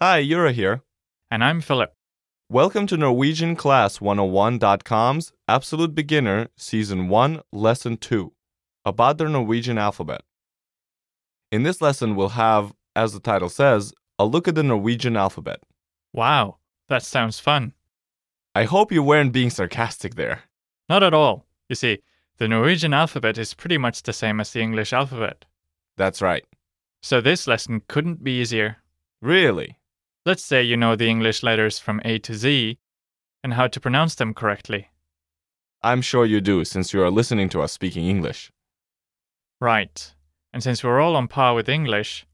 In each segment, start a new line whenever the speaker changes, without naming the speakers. Hi, Yura here.
And I'm Philip.
Welcome to NorwegianClass101.com's Absolute Beginner Season 1, Lesson 2 about the Norwegian alphabet. In this lesson, we'll have, as the title says, a look at the Norwegian alphabet.
Wow, that sounds fun.
I hope you weren't being sarcastic there.
Not at all. You see, the Norwegian alphabet is pretty much the same as the English alphabet.
That's right.
So this lesson couldn't be easier.
Really?
Let's say you know the English letters from A to Z and how to pronounce them correctly.
I'm sure you do, since you are listening to us speaking English.
Right. And since we're all on par with English,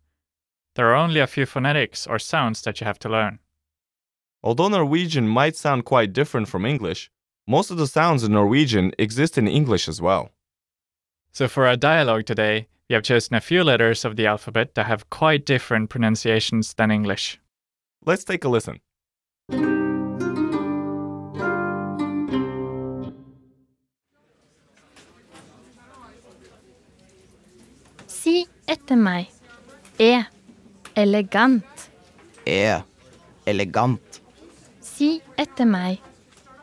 there are only a few phonetics or sounds that you have to learn.
Although Norwegian might sound quite different from English, most of the sounds in Norwegian exist in English as well.
So for our dialogue today, we have chosen a few letters of the alphabet that have quite different pronunciations than English.
Let's take a listen.
Si etter meg. E. Elegant.
E. Elegant.
Si etter meg.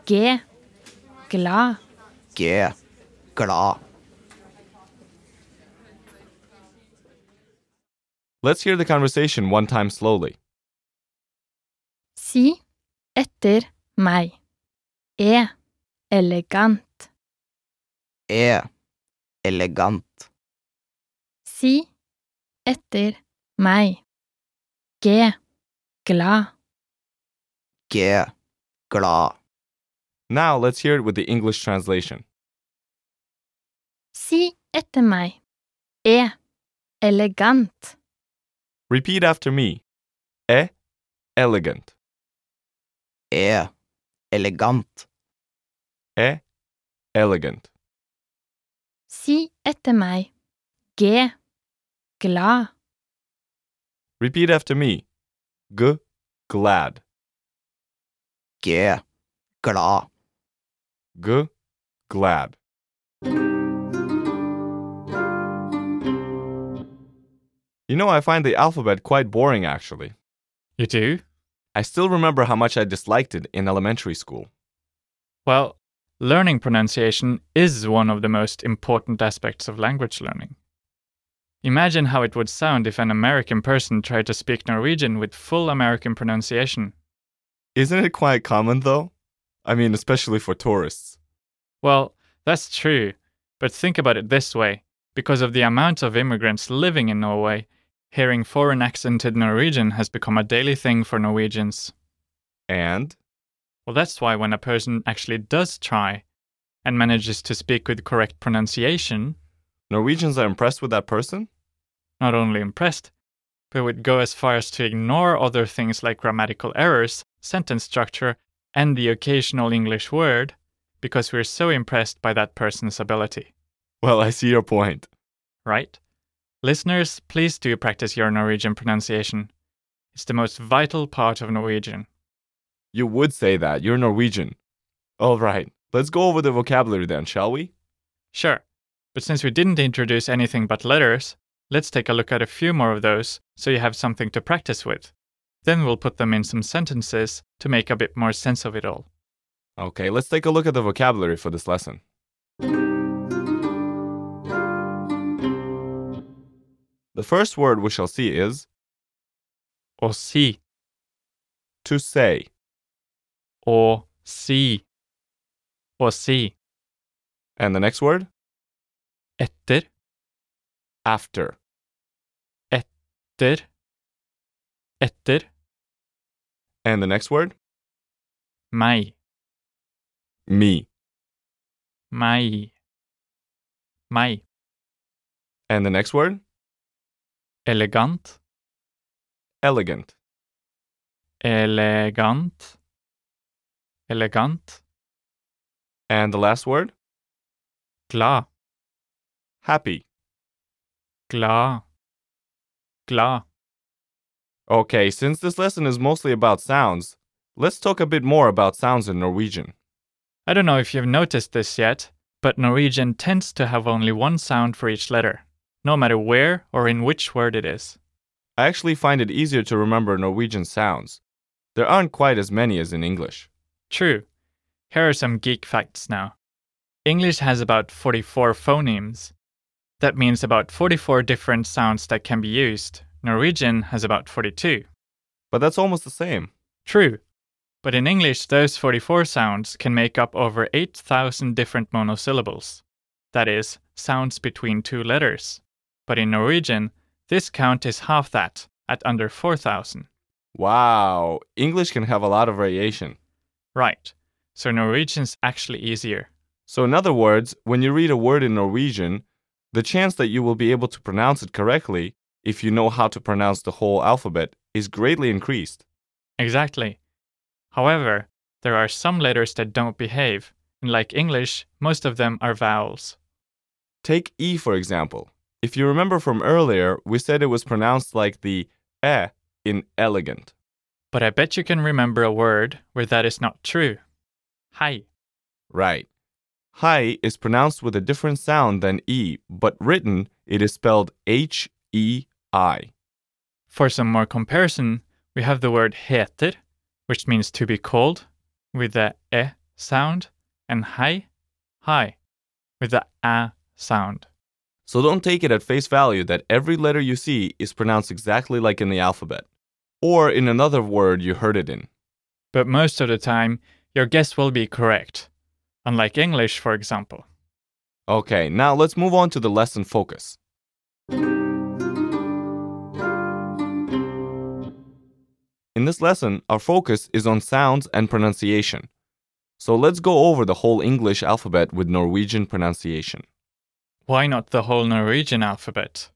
G. Glad.
G. Glad.
Let's hear the conversation one time slowly.
Si etter meg. E. Elegant.
E. Elegant.
Si etter meg. G. Glad.
G. Glad.
Now let's hear it with the English translation.
Si etter meg. E. Elegant.
Repeat after me. E. Elegant.
E. Elegant.
E. Elegant.
Si etter meg. G. Glad.
Repeat after me. G. Glad.
G. Glad.
G. Glad. You know, I find the alphabet quite boring actually.
You do?
I still remember how much I disliked it in elementary school.
Well, learning pronunciation is one of the most important aspects of language learning. Imagine how it would sound if an American person tried to speak Norwegian with full American pronunciation.
Isn't it quite common though? I mean, especially for tourists.
Well, that's true, but think about it this way because of the amount of immigrants living in Norway, hearing foreign accented Norwegian has become a daily thing for Norwegians.
And
Well, that's why when a person actually does try and manages to speak with correct pronunciation,
Norwegians are impressed with that person?
not only impressed, but would go as far as to ignore other things like grammatical errors, sentence structure, and the occasional English word because we're so impressed by that person's ability,
Well, I see your point.
right? Listeners, please do practice your Norwegian pronunciation. It's the most vital part of Norwegian.
You would say that. You're Norwegian. All right. Let's go over the vocabulary then, shall we?
Sure, but since we didn't introduce anything but letters, let's take a look at a few more of those so you have something to practice with. Then we'll put them in some sentences to make a bit more sense of it all.
Okay, let's take a look at the vocabulary for this lesson. The first word we shall see is
Å si,
to say,
å si, å si.
and the next word
Etter,
after.
der, etter,
And the next word
meg,
me.
meg, meg.
And the next word
Elegant,
elegant.
elegant, elegant.
And the last word
Glad,
happy.
glad, glad.
Okay, since this lesson is mostly about sounds, let's talk a bit more about sounds in Norwegian.
I don't know if you've noticed this yet, but Norwegian tends to have only one sound for each letter, no matter where or in which word it is.
I actually find it easier to remember Norwegian sounds. There aren't quite as many as in English.
True. Here are some geek facts now. English has about 44 phonemes. That means about 44 different sounds that can be used. Norwegian has about 42.
But that's almost the same.
True. But in English, those 44 sounds can make up over 8,000 different monosyllables. That is, sounds between two letters. But in Norwegian, this count is half that, at under 4,000.
Wow, English can have a lot of variation.
Right. So Norwegian's actually easier.
So, in other words, when you read a word in Norwegian, the chance that you will be able to pronounce it correctly, if you know how to pronounce the whole alphabet, is greatly increased.
Exactly. However, there are some letters that don't behave, and like English, most of them are vowels.
Take E, for example. If you remember from earlier, we said it was pronounced like the eh in elegant.
But I bet you can remember a word where that is not true. Hi.
Right. Hi is pronounced with a different sound than E, but written, it is spelled H E I.
For some more comparison, we have the word heter, which means to be called, with the e sound, and high, high, with the a sound.
So don't take it at face value that every letter you see is pronounced exactly like in the alphabet, or in another word you heard it in.
But most of the time, your guess will be correct, unlike English, for example.
Okay, now let's move on to the lesson focus. In this lesson, our focus is on sounds and pronunciation. So let's go over the whole English alphabet with Norwegian pronunciation.
Why not the whole Norwegian alphabet?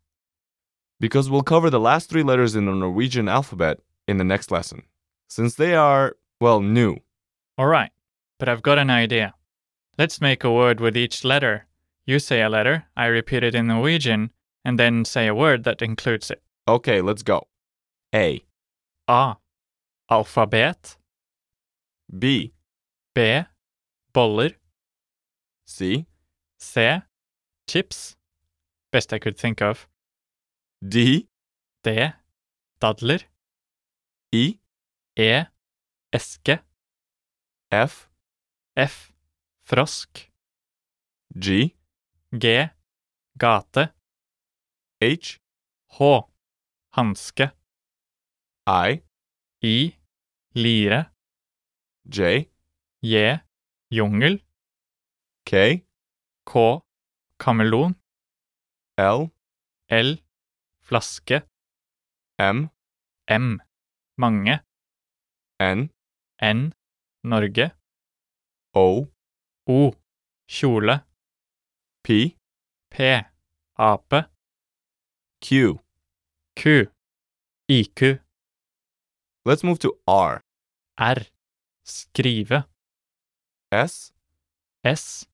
because we'll cover the last three letters in the Norwegian alphabet in the next lesson, since they are, well, new.
Alright, but I've got an idea. Let's make a word with each letter. You say a letter, I repeat it in Norwegian, and then say a word that includes it.
Okay, let's go. A,
A. Alfabet.
B,
B. Boller.
C,
C. Chips. Best I could think of.
D,
D. Dadler.
E,
E. Eske.
F,
F. Frosk.
G,
G. Gate.
H,
H. Hanske.
I,
I. Lire.
J,
J. Jungel.
K,
K. Kameleon.
L,
L. Flaske.
M,
M. Mange.
N,
N. Norge.
O,
O. Kjole.
P,
P. Ape.
Q.
Q. IQ.
Let's move to R,
R. Skrive.
S,
S.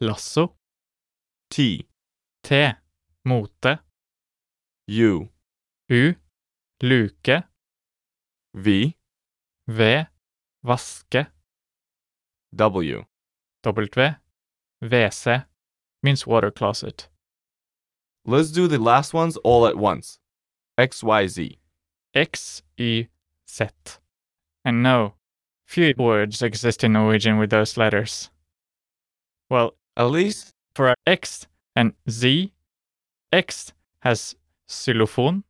Lasso.
T,
T. Mote.
U,
U. Luke.
V,
V. Vaske.
W.
W. WC. Means water closet.
Let's do the last ones all at once. X, Y, Z.
X, Y, Z. And no, few words exist in Norwegian with those letters. Well,
At least
for X and Z, X has xylophone,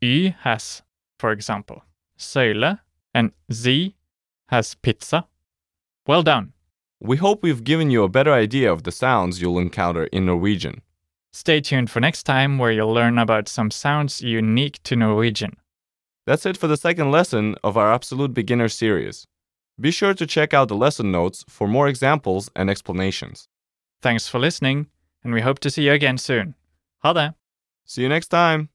Y has, for example, søyle, and Z has pizza. Well done.
We hope we've given you a better idea of the sounds you'll encounter in Norwegian.
Stay tuned for next time where you'll learn about some sounds unique to Norwegian.
That's it for the second lesson of our Absolute Beginner series. Be sure to check out the lesson notes for more examples and explanations.
Thanks for listening, and we hope to see you again soon. Ha det!
See you next time!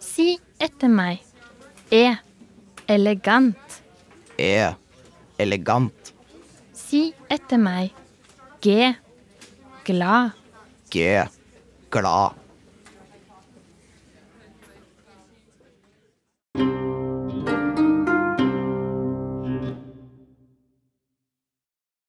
Si etter meg. E. Elegant.
E. Elegant.
Si etter meg. G. Glad.
G. Glad.